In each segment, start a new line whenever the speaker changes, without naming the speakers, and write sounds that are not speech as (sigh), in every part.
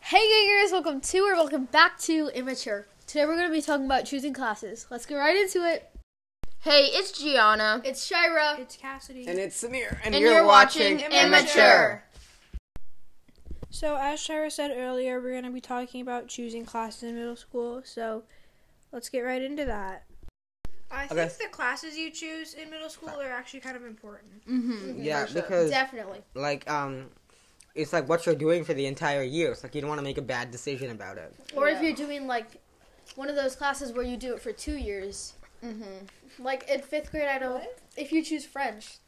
Hey gangers, welcome to or welcome back to Immature. Today we're going to be talking about choosing classes. Let's get right into it.
Hey, it's Gianna.
It's Shira.
It's Cassidy.
And it's Samir.
And you're watching Immature.
so, as Shara said earlier, we're going to be talking about choosing classes in middle school. So, let's get right into that. I
Okay.
think the classes you choose in middle school are actually kind of important.
Yeah,
Mm-hmm.
because
Definitely.
like um, it's like what you're doing for the entire year. It's like you don't want to make a bad decision about it.
Or if
Yeah.
you're doing like one of those classes where you do it for two years.
Mhm.
Like in fifth grade, I don't. If you choose French,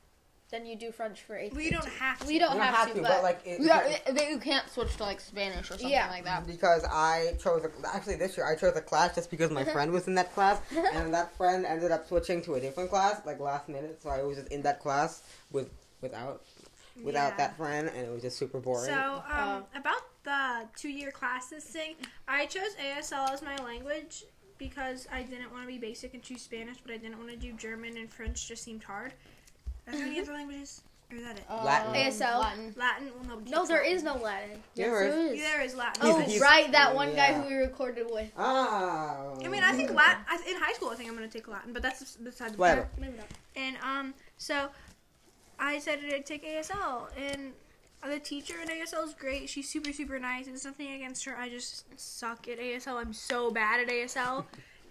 then you do French for eighth.
We don't have to.
We don't
You
have, to, but,
like it,
Yeah, but you can't switch to like Spanish or something
Yeah.
like that.
because I chose a, actually this year I chose a class just because my friend was in that class, and that friend ended up switching to a different class like last minute. So I was just in that class with without without
Yeah.
that friend, and it was just super
So,
boring.
um,
Oh.
about the two year classes thing, I chose ASL as my language because I didn't want to be basic and choose Spanish, but I didn't want to do German and French just seemed hard. Are there
Mm-hmm.
any other languages? Or is that it?
Latin.
Um,
ASL.
Latin.
Latin? Well, no.
No, there is no Latin.
Yeah, there is.
there
Yeah, there is Latin.
Oh,
He's- he's-
right, that one guy
yeah.
who we recorded with.
ah,
I mean, I think Latin, I, in high school, I think I'm going to take Latin, but that's besides the
Whatever.
point. And, um, so I decided to take ASL, and the teacher in ASL is great. She's super, super nice. It's nothing against her. I just suck at ASL. I'm so bad at ASL.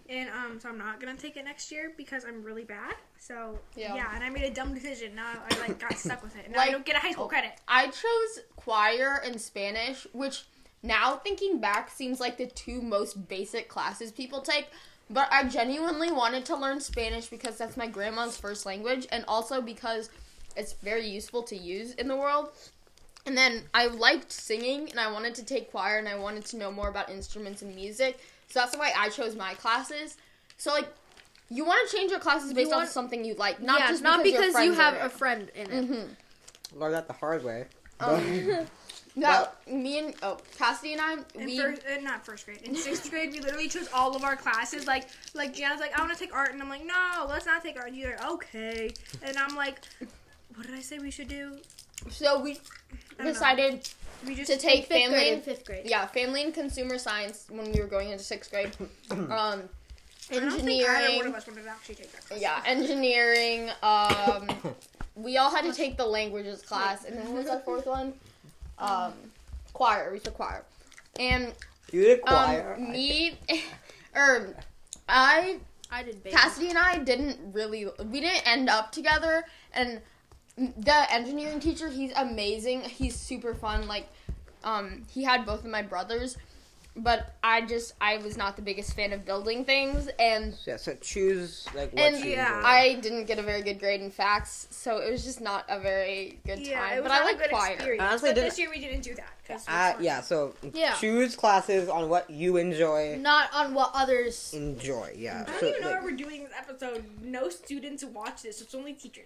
and, um, so I'm not going to take it next year because I'm really bad. So,
Yeah.
yeah. and I made a dumb decision. Now I, like, got stuck with it. Now
Like-
I don't get a high school credit.
I chose choir and Spanish, which now thinking back seems like the two most basic classes people take. But I genuinely wanted to learn Spanish because that's my grandma's first language and also because it's very useful to use in the world. And then I liked singing and I wanted to take choir and I wanted to know more about instruments and music. So that's why I chose my classes. So like you want to change your classes based off
want-
something you like, not
yeah,
just
not
because, your
because you
friends
have
are
a
it.
friend in it.
learned that the hard way.
(laughs) Yeah, me and oh, Cassidy and I,
In
we
first, uh, not first grade. In sixth grade, we literally chose all of our classes. Like, like Gianna's like, I want to take art, and I'm like, no, let's not take art. And you're like, okay, and I'm like, what did I say we should do?
so we
know.
decided
We just
to take
Fifth grade
family,
and
and,
fifth grade.
yeah, family and consumer science when we were going into sixth grade, um,
I don't think either one of
engineering,
us wanted to actually take that. Class.
yeah, engineering. Um, we all had to take the languages class, and then what was that fourth one? Um, choir. We took choir, and
You did choir.
um, me, (laughs) or I
I did baby.
Cassidy and I didn't really we didn't end up together and the engineering teacher he's amazing he's super fun like um he had both of my brothers but I just I was not the biggest fan of building things and
yeah, so choose like what
and
you
yeah,
enjoy.
I didn't get a very good grade in facts so it was just not a very good
Yeah,
time
it was
but
not
I
a
like
good
choir
experience.
Honestly,
but
didn't-
this year we didn't do that. 'cause we
Uh,
sucked.
yeah, so
Yeah.
choose classes on what you enjoy.
Not on what others.
Enjoy, yeah.
I don't
So,
even know
like-
what we're doing this episode. No students watch this. It's only teachers.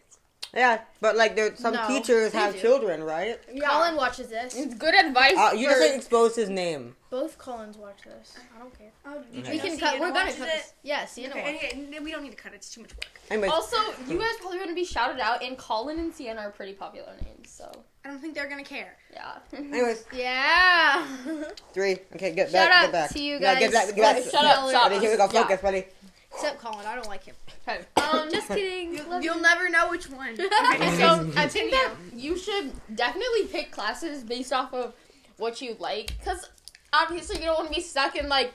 yeah, but like there, some
No,
teachers
they
have
do.
children, right?
Colin watches this.
it's good advice
Uh, you
for-
just expose his name.
Mm. Both Collins watch this. I don't care.
Oh, did
Okay.
We
Yeah.
can cut. We're gonna
watches
cut
it?
this. Yes, you know.
Okay, okay, we don't need to cut it. It's too much work.
Anyways,
also you guys probably wouldn't be shouted out and Colin and Sienna are pretty popular names so
I don't think they're gonna care.
yeah (laughs)
anyways,
Yeah. (laughs)
three. Okay, get
Shout
back.
out
get back.
to you
Yeah, get back.
guys.
Get back.
Shut up, stop.
Buddy, here we go.
Yeah.
Focus, buddy.
Except Colin, I don't like him.
okay
Um, (laughs) just kidding.
You'll, you'll never know which one.
so I think that you should definitely pick classes based off of what you like, because obviously you don't want to be stuck in like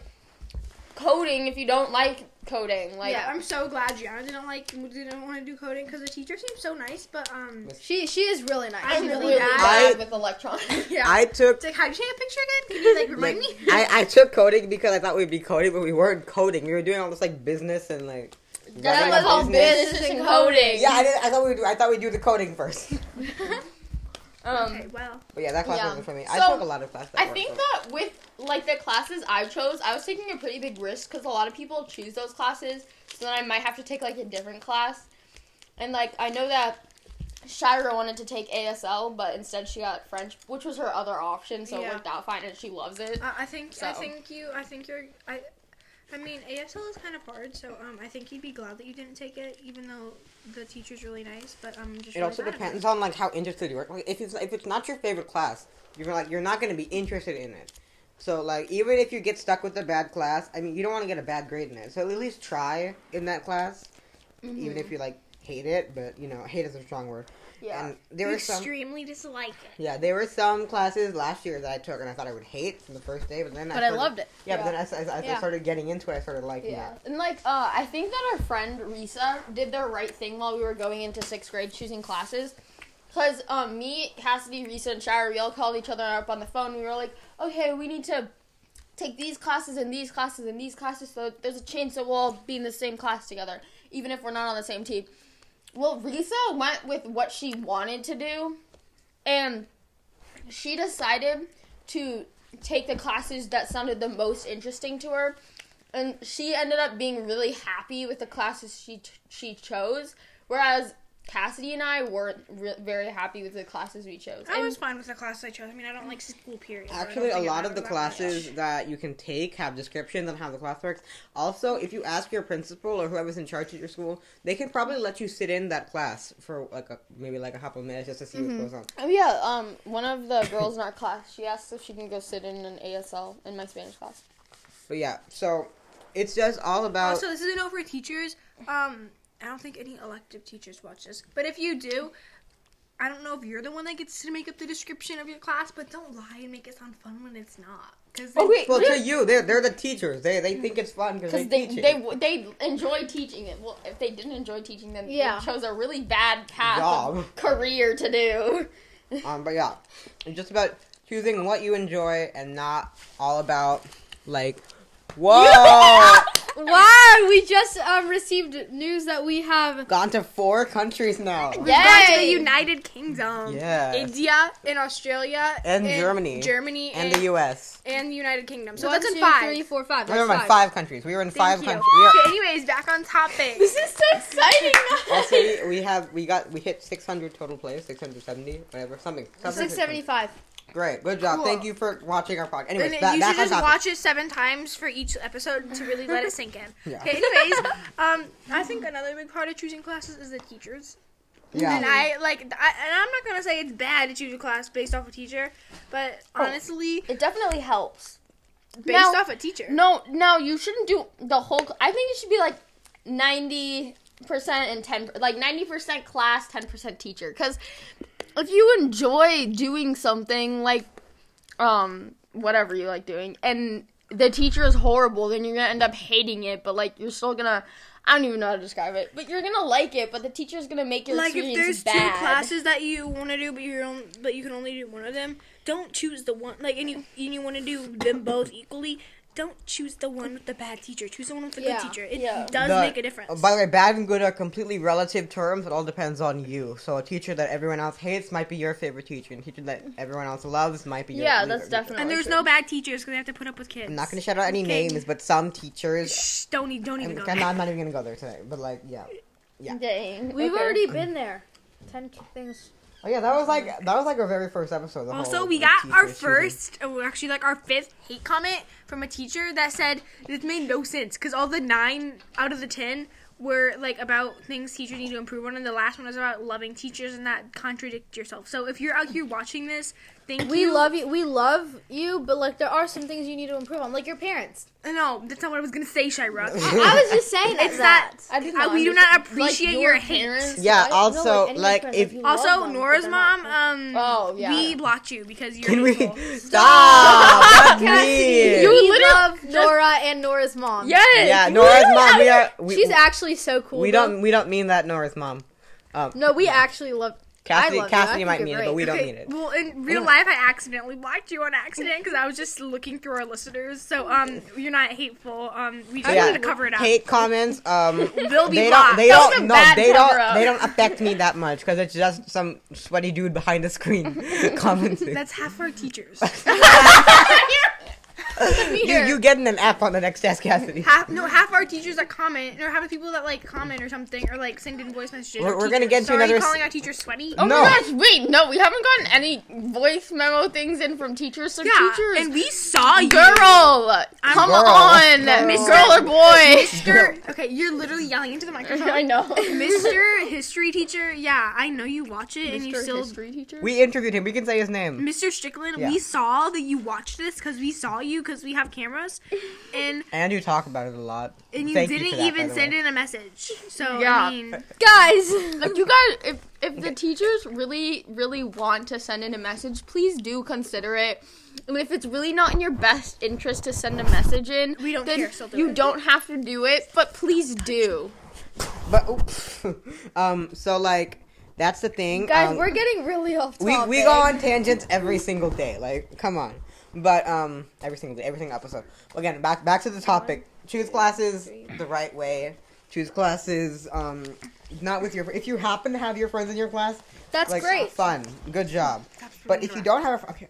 coding if you don't like coding. Like,
yeah, I'm so glad Gianna didn't like didn't want to do coding because the teacher seemed so nice, but um,
She she is really nice.
I'm
I'm really,
really
bad
I- (laughs)
with electronics.
yeah.
I took.
it's like, how would you take a picture again? Can you like (laughs)
Like,
remind me?
I, I took coding because I thought we'd be coding, but we weren't coding. We were doing all this like business and like.
That
running
was
a
all
business.
business and coding.
Yeah, I, did, I thought we would do. I thought we'd do the coding first. (laughs)
Um,
Okay, well,
But yeah, that class
Yeah.
wasn't for me. I
So,
took a lot of classes. that
I
weren't
think
for me.
that with like the classes I chose, I was taking a pretty big risk because a lot of people choose those classes, so then I might have to take like a different class. And like I know that Shira wanted to take ASL, but instead she got French, which was her other option, so it
Yeah.
worked out fine, and she loves it.
uh, I think I
So.
think you I think you're I. I mean, ASL is kind of hard, so um, I think you'd be glad that you didn't take it, even though the teacher's really nice. But I'm just.
It
really
also
bad at
depends on like how interested you are. Like, if it's if it's not your favorite class, you're like you're not going to be interested in it. So like even if you get stuck with a bad class, I mean you don't want to get a bad grade in it. So at least try in that class, even
Mm-hmm.
if you like hate it. But you know hate is a strong word.
Yeah.
And there were some
extremely dislike it.
yeah there were some classes last year that I took and I thought I would hate from the first day, but then
But I
started-
loved it.
Yeah, but
Yeah.
then as, as, as
Yeah.
I started getting into it, I started liking
Yeah,
it.
and like uh, I think that our friend Risa did the right thing while we were going into sixth grade choosing classes, because um, me, Cassidy, Risa, and Shire, we all called each other up on the phone. We were like, okay, we need to take these classes and these classes and these classes, so there's a chance that we'll all be in the same class together, even if we're not on the same team. Well, Risa went with what she wanted to do, and she decided to take the classes that sounded the most interesting to her and she ended up being really happy with the classes she she chose, whereas Cassidy and I weren't re- very happy with the classes we chose.
I
And-
was fine with the class I chose. I mean, I don't like school period. but I don't
Actually, a
think I
lot of
mattered
the
that
classes
much.
that you can take have descriptions on how the class works. Also, if you ask your principal or whoever's in charge at your school, they can probably let you sit in that class for like a, maybe like a couple of minutes just to see
Mm-hmm.
what goes on.
oh yeah, um, one of the girls in our class she asked if she can go sit in an ASL in my Spanish class.
But yeah, so it's just all about.
Also, this isn't over teachers. Um, I don't think any elective teachers watch this, but if you do, I don't know if you're the one that gets to make up the description of your class, but don't lie and make it sound fun when it's not. Because
Oh wait,
well, to you, they're they're the teachers. They they think it's fun because
because
they
they
teach
they
it.
w- they enjoy teaching it. Well, if they didn't enjoy teaching, then
Yeah.
they chose a really bad path of
Job.
career to do.
(laughs)
(laughs)
Um, but yeah, it's just about choosing what you enjoy and not all about like.
(laughs)
Whoa!
Wow, we just um, received news that we have
Gone to four
(laughs)
countries now.
Back to the
Yay!
United Kingdom.
Yeah.
India and Australia
And Germany.
Germany
and the U.S.
and the United Kingdom. So
one,
that's in
two,
five.
three, four, five.
We were in
That's
five. five countries. We were in five
Thank you.
countries.
(laughs)
We are-
Okay, anyways, back on topic.
This is so exciting.
also, we, we have we got we hit 600 total plays, 670, whatever, something. something-
675.
Great, good job.
Cool.
Thank you for watching our podcast.
And
Anyways,
you
that,
should
back on
just
topic.
watch it seven times for each episode to really let it sink (laughs) in.
Yeah.
Okay, anyways, um, I think another big part of choosing classes is the teachers. And
yeah,
I like, th- I, and I'm not gonna say it's bad to choose a class based off a teacher, but honestly,
(laughs) It definitely helps.
based
Now-
off a teacher.
No, no, you shouldn't do the whole. cl- I think it should be like ninety percent and ten, like ninety percent class, ten percent teacher. Because if you enjoy doing something like, um, whatever you like doing, and the teacher is horrible, then you're gonna end up hating it. But like, you're still gonna. I don't even know how to describe it, but you're gonna like it. But the teacher's gonna make your
like if
experience
there's
bad.
two classes that you want to do, but you're on, but you can only do one of them, don't choose the one. Like, and you and you want to do them both equally. Don't choose the one with the bad teacher. Choose the one with the
Yeah,
good teacher. It
yeah.
does
The- oh,
make a difference.
By the way, bad and good are completely relative terms. It all depends on you. So a teacher that everyone else hates might be your favorite teacher, and a teacher that everyone else loves might be your
Yeah,
least
that's
favorite teacher.
definitely.
And there's
true.
no bad teachers because they have to put up with kids.
I'm not gonna shout out any
Okay.
names, but some teachers.
Shh, don't e- don't even
I'm,
go.
I'm
there.
not, I'm not even gonna go there today. But like, yeah.
Dang.
We've
okay.
already been there. 10 k- things.
Oh yeah, that was like that was like our very first episode. the
Also,
whole
we got
teacher
our
choosing.
first, oh, actually, like our fifth hate comment from a teacher that said this made no sense because all the nine out of the ten were like about things teachers need to improve on, and the last one was about loving teachers and that contradict yourself. So if you're out here watching this, thank
We
you.
love you. We love you, but like there are some things you need to improve on, like your
(laughs)
parents.
No, that's not what I was gonna say, Shira.
I was just saying that.
it's that
I did
uh,
not
we do not
understand- like,
appreciate
your
your hate.
parents-
Yeah.
I don't know,
Also,
any
like
difference
if
you love
Also,
them, but
Nora's
they're not
mom, um,
Oh, yeah.
we blocked you because you're.
Can we
hateful.
stop? That's mean.
You
We
literally-
love Nora and Nora's mom.
Yes.
yeah, Nora's mom. We are. We,
she's actually so cool.
we
though.
don't. We don't mean that Nora's mom. Um,
No, we actually love.
Cassidy,
I love you. I
Cassidy
think
might
you're
mean it,
great.
but we don't
Okay,
mean it.
Well, in real life, I accidentally blocked you on accident because I was just looking through our listeners. So, um, you're not hateful. Um, we just
Yeah.
wanted to cover it up.
Hate comments. Um,
Will be
they
blocked.
don't. They
That was a
don't. No,
bad
they don't.
cover-up.
They don't affect me that much because it's just some sweaty dude behind the screen commenting.
That's half our teachers.
you, you getting an app on the next Ask Cassidy.
Half no, half our teachers that comment, or half the people that like comment or something, or like send in voice messages.
We're-
are
we're gonna
teachers.
get into
Sorry,
another s-
calling our teachers sweaty.
Oh
No.
my gosh, wait, no, we haven't gotten any voice memo things in from teachers, so
yeah,
teachers.
and we saw you.
girl, come
Girl.
on,
Girl.
girl or boy.
Mister, okay, you're literally yelling
(laughs)
into the microphone. (laughs)
I know.
Mr. History Teacher, yeah, I know you watch it and you still.
teacher?
We interviewed him. We can say his name.
Mr. Strickland,
Yeah.
we saw that you watched this because we saw you because we have
(laughs)
cameras, and
And you talk about it a lot.
and you
Thank
didn't
for that, by
even
the
send
way.
in a message. So
Yeah.
I mean,
Guys,
Like you guys, if if the teachers really really want to send in a message, please do consider it. And if it's really not in your best interest to send a message in,
We don't
then
care, so do
you
it.
don't have to do it. But please do.
But oops. (laughs) um, so like that's the thing.
guys,
um,
we're getting really off
we
topic.
we go
(laughs)
on tangents every single day. Like, come on. But um, every single day, every single episode. Again, back back to the topic. Choose classes the right way. Choose classes um, not with your. If you happen to have your friends in your class,
That's
like,
great.
Fun, good job. But if you don't have, okay,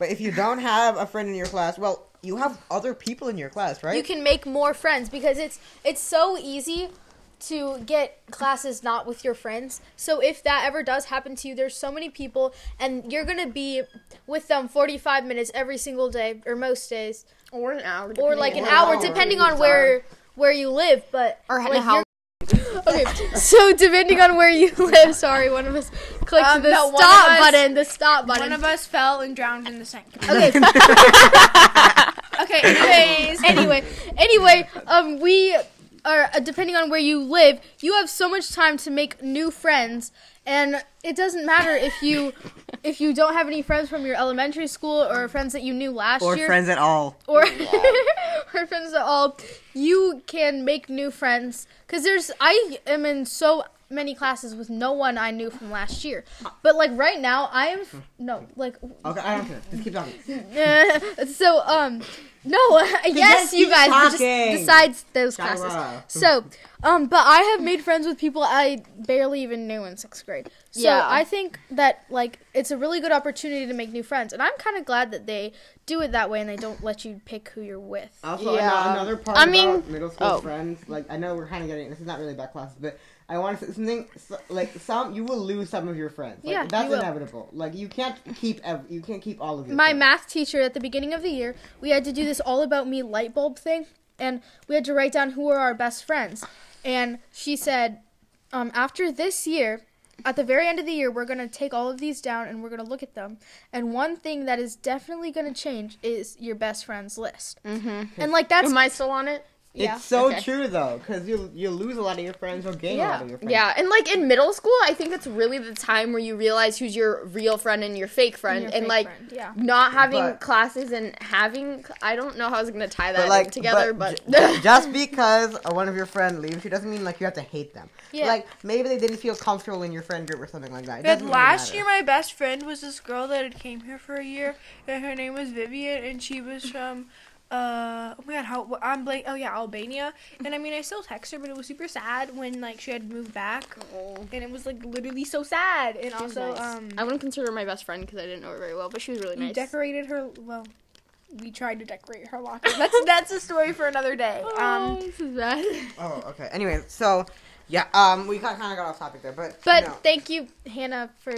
but if you don't have a friend in your class, well, you have other people in your class, right?
You can make more friends because it's it's so easy to get classes not with your friends. So if that ever does happen to you, there's so many people and you're going to be with them 45 minutes every single day or most days
Or an hour.
or like an
on
hour
how
depending
old
on
you
where where you live, but
Or
like,
how-
you're- (laughs) Okay, so depending on where you (laughs) live, sorry, one of us clicked
Um,
the
no, one
stop
of us-
button, the stop button.
one of us fell and drowned in the sink.
okay,
Okay, anyways,
anyway, anyway, um, we are uh, depending on where you live, you have so much time to make new friends, and it doesn't matter if you if you don't have any friends from your elementary school or friends that you knew last
or
year
friends at all.
or (laughs) or friends at all. You can make new friends because there's I am in so many classes with no one I knew from last year, but like right now I am f- no like
Okay, I don't care. Just keep talking.
uh, (laughs) so um no (laughs) yes
just
you
keep
guys but just
talking.
besides those
Shut
classes
up.
so um but i have made friends with people i barely even knew in sixth grade so
Yeah.
i think that like it's a really good opportunity to make new friends and i'm kind of glad that they do it that way and they don't let you pick who you're with
Also,
Yeah.
ano- another part
I
about
mean-
middle school
oh.
friends, like I know we're kind of getting this is not really about classes, but I want to say something so, like some you will lose some of your friends. Like,
Yeah, you
that's
will.
inevitable. Like you can't keep ev- you can't keep all of your
my
friends.
math teacher at the beginning of the year, we had to do this all about me light bulb thing, and we had to write down who were our best friends. And she said, um, after this year, at the very end of the year, we're gonna take all of these down and we're gonna look at them. And one thing that is definitely gonna change is your best friends list. Mm-hmm. And like that's
Am I still on it?
yeah.
It's so
okay.
true though, because you you lose a lot of your friends or gain a lot of your friends.
Yeah, and like in middle school, I think that's really the time where you realize who's your real friend and your fake friend, and,
your fake
like
friend, yeah.
not having
But-
classes and having. I don't know how I was gonna tie that
But like
uh, together, but, (laughs)
ju- (laughs) just because one of your friend leaves you doesn't mean like you have to hate them.
Yeah.
Like maybe they didn't feel comfortable in your friend group or something like that. It
But
doesn't really
last
matter.
year, my best friend was this girl that had came here for a year, and her name was Vivian, and she was from, uh, oh my god, how I'm blank. Oh yeah, Albania. And I mean, I still text her, but it was super sad when like she had moved back,
Oh.
and it was like literally so sad. And also, um,
I wouldn't consider her my best friend because I didn't know her very well, but she was really
we
nice.
decorated her. Well, we tried to decorate her locker. That's that's a story for another day. Um,
Oh, this is bad.
Oh, okay. Anyway, so yeah, um, we kind of got off topic there, but
But
no.
thank you, Hannah, for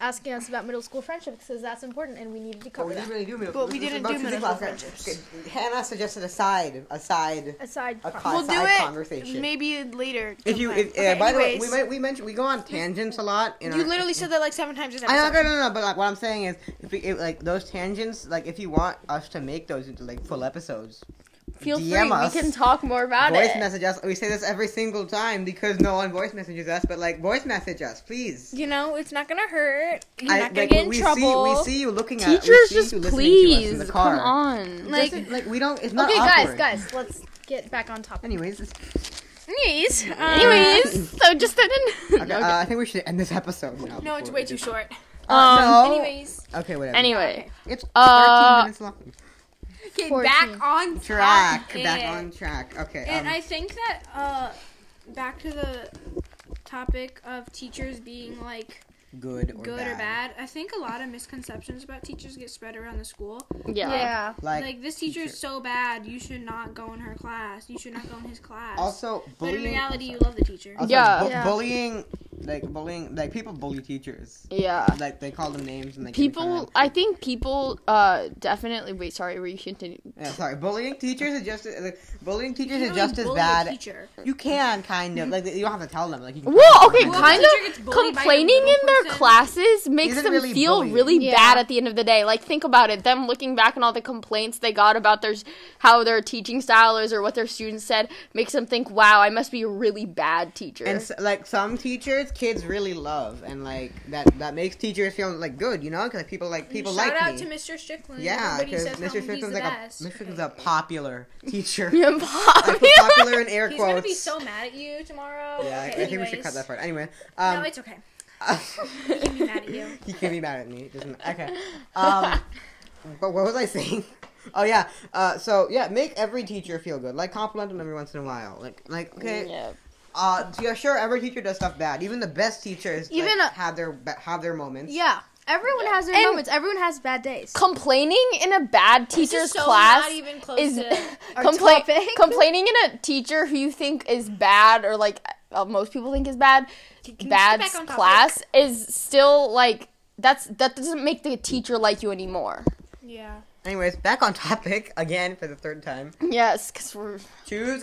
asking us about middle school friendships because that's important and we needed to
But
cover
we
that.
didn't really do middle
But we
this is
didn't
about
do
music
middle
class,
school
right?
friendships.
Okay, Hannah suggested a side, a side,
Aside,
a
from-
class,
we'll do
side
it
conversation.
maybe later.
if you,
sometime.
if, uh,
Okay,
by the way, we
anyways,
might we mentioned we go on tangents a lot. In
you
our-
literally said that like seven times. This
I know,
episode.
no, no, no, but like what I'm saying is, if we, if, like those tangents, like if you want us to make those into like full episodes,
Feel
DM
free,
us.
we can talk more about
voice
it.
message us. We say this every single time because no one voice messages us, but like voice message us, please.
You know, it's not gonna hurt. You're
I-
not gonna
like,
get in
we
trouble.
See, we see you looking at we
(laughs) Teachers,
see
just
you listening to us in
please
the
come
car.
on.
Like,
Like-
like we don't. It's not
Okay,
awkward.
guys, guys, let's get back on topic.
Anyways, it's- (laughs)
Anyways, um,
Anyways, so just (laughs) then.
okay, Uh, I think we should end this episode now.
No, it's
before
way
we
too
do-
short. Um,
Uh, no.
Anyways,
Okay, whatever.
Anyway,
it's 13
uh,
minutes long.
get
14.
back on
Track
topic.
back on track. Okay.
And
um,
I think that uh, back to the topic of teachers being like
good or
good or bad. I think a lot of misconceptions about teachers get spread around the school.
Yeah.
Yeah.
Like,
Like, this teacher
teacher-
is so bad, you should not go in her class. You should not go in his class.
also
but
bullying.
in reality, you love the teacher.
also,
Yeah.
bu-
Yeah.
bullying, like bullying, like people bully teachers.
Yeah.
Like they call them names and they get in front of
People,
them.
I think people, uh, definitely. Wait, sorry, were you continue?
Yeah, sorry, bullying teachers are just like, bullying
You
teachers
can
are
really
just as
bully a
bad.
teacher.
You can kind of like you don't have to tell them like you. Can
Well, okay,
Well, the
kind
teacher gets
of
bullied by a
complaining
little
in their
person.
classes makes
Isn't
them
really
feel
bullying.
really
Yeah.
bad at the end of the day. Like, think about it. Them looking back on all the complaints they got about their s- how their teaching style is or what their students said makes them think, "Wow, I must be a really bad teacher." (laughs)
And so, like some teachers, kids really love, and like that that makes teachers feel like good, you know, because people like people
Shout
like
out
me.
to Mr. Strickland.
yeah,
Everybody
because
says how
Mr.
he's
Strickland's
the
like a
best.
Mr. Strickland's a popular
(laughs)
teacher. (laughs)
And
I put
popular.
popular in air
He's
quotes.
gonna be so mad at you tomorrow.
yeah, I-
Okay,
I think we should
anyways.
cut that part. Anyway,
(laughs)
um,
no, it's
(laughs)
okay. He can be mad at you.
he can be mad at me. Doesn't okay.
(laughs)
Um, but what was I saying? (laughs) Oh yeah. Uh, so yeah, make every teacher feel good. Like compliment them every once in a while. Like like okay.
(laughs) Yeah.
Uh, yeah, sure. Every teacher does stuff bad. Even the best teachers like,
Even a-
have their ba- have their moments.
Yeah. Everyone has their
And-
moments. Everyone has bad days.
Complaining in a bad teacher's
This is so
class
not even close
is (laughs)
to-
our
compla-
(laughs)
topic.
complaining in a teacher who you think is bad or like uh, most people think is bad
we
bad
get back on topic?
class is still like that's that doesn't make the teacher like you anymore.
Yeah.
Anyways, back on (laughs) topic again for the third time.
Yes, because we're
Choose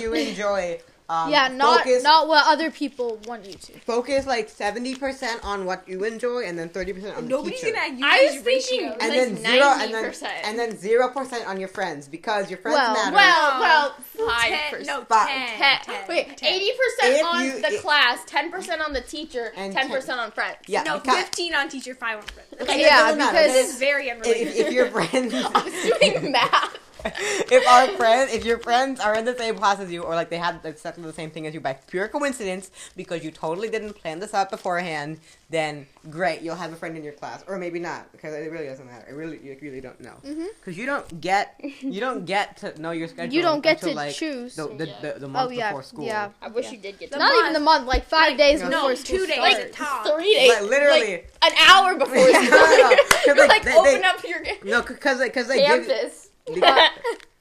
(laughs)
you enjoy. Um,
yeah, not
focus,
not what other people want you to.
focus like seventy percent on what you enjoy, and then thirty percent on the
Nobody's
teacher.
gonna use
I was
these
thinking-
ratios.
and
like
then zero, and then
90%.
and then zero percent on your friends because your friends
Well,
matter.
well, well,
Ten-
five percent.
no,
Five.
ten, ten,
Wait,
ten.
eighty
If
percent on
you-
the
it-
class, ten percent on the teacher,
And
ten percent on friends.
yeah,
No,
because-
fifteen on teacher, five on friend.
okay,
yeah,
it doesn't matter.
because-
This is very
if,
unrelated.
if your friends,
(laughs) I was (laughs) doing math.
(laughs) if our friend, if your friends are in the same class as you, or like they had exactly the same thing as you by pure coincidence, because you totally didn't plan this out beforehand, then great, you'll have a friend in your class, or maybe not, because it really doesn't matter. It really, you really don't know, because you don't get,
(laughs)
you don't get to know your schedule.
Mm-hmm. You don't get
until,
to
like,
choose.
the the,
Yeah.
the, the month
oh yeah,
before school.
yeah.
I wish you did get
Not even the month, like five days
no,
before
no,
school
two days
starts.
at top.
Three days,
Like, literally.
like, an hour before school.
Yeah, no, no, 'cause,
You're
like,
like,
they-
open
they-
up your
No, because because they give
campus.
because,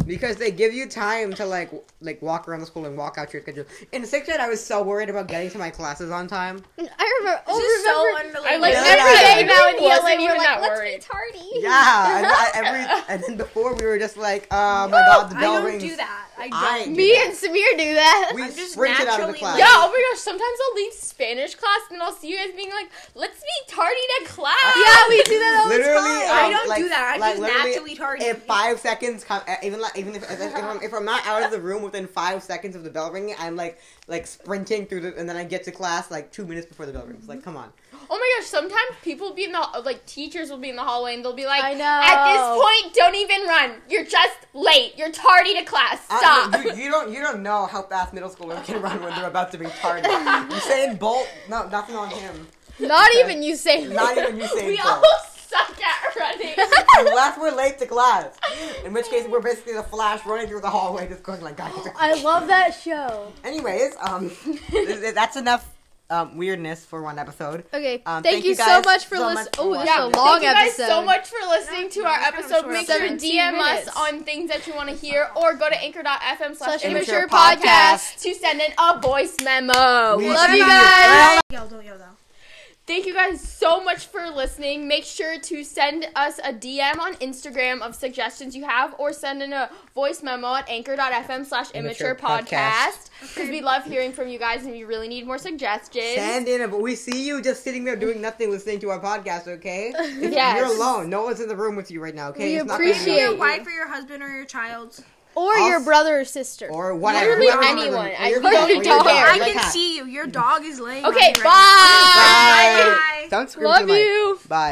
because they give you time to like w- like walk around the school and walk out your schedule. In sixth grade, I was so worried about getting to my classes on time.
I remember. Oh,
This is so
(laughs)
remember-
unrelated.
I like
Yeah.
every day
Yeah.
now in E
Wasn't
ELA,
even
you're
that
not worried.
Yeah, and,
(laughs)
I, every, and then before we were just like, oh my god, the
I
bell
don't
rings.
do that. I don't.
I do
Me
that.
and Samir do that.
we
I'm just
sprinted out of the
naturally
class.
Yeah, oh my gosh, sometimes I'll leave Spanish class and I'll see you guys being like, let's be tardy to class.
yeah, we do that all the
Literally,
time.
I
um,
don't
like-
do that. I'm
like,
just
literally,
naturally tardy.
If five seconds, come, uh, even like, even if, if, if, I'm, if I'm not out of the room within five seconds of the bell ringing, I'm like like sprinting through the, and then I get to class like two minutes before the bell rings. Like, come on.
Oh my gosh, sometimes people be in the, like, teachers will be in the hallway and they'll be like,
I know.
at this point, don't even run. You're just late. You're tardy to class.
Uh,
Stop.
you, you don't you don't know how fast middle schoolers can run when they're about to be tardy. Usain Bolt, no, nothing on him.
Not even you say.
Not even Usain
(laughs) we all
Bolt.
suck at running. (laughs)
(laughs) Unless we're late to class, in which case we're basically the Flash running through the hallway, just going like, "God." get the-"
Oh, I love that show.
Anyways, um, th- th- that's enough um, weirdness for one episode.
Okay,
Um,
thank,
thank
you,
you
so
guys
much for
so
listening.
much for
Oh, this
watching.
is a long
Thank you guys
episode.
so much for listening to our
it's kind of
episode.
short.
Make sure to
17
DM
minutes.
us on things that you want to hear or go to anchor.fm slash
Slash
immature
immature
podcast
podcast.
to send in a voice memo.
Love
We
you
love you.
guys.
Yell, don't yell though.
Thank you guys so much for listening. Make sure to send us a DM on Instagram of suggestions you have or send in a voice memo at anchor.fm slash immature
Immature
podcast
podcast.
because we love hearing from you guys and we really need more suggestions.
Stand in, but we see you just sitting there doing nothing, listening to our podcast. Okay,
Yes.
you're alone. No one's in the room with you right now. Okay,
We
gonna be
appreciate
you.
you.
Your wife or your husband or your child.
Or your
Also-
brother or sister.
or whatever.
Literally
whoever's in the
anyone.
room.
I
Or your
literally
dog, or your
don't
dog,
care.
or
I
your
can
cat.
see you. Your dog is laying. on
Okay,
you right now.
Bye.
bye.
Bye.
Don't screw
Love
the mic.
you.
Bye.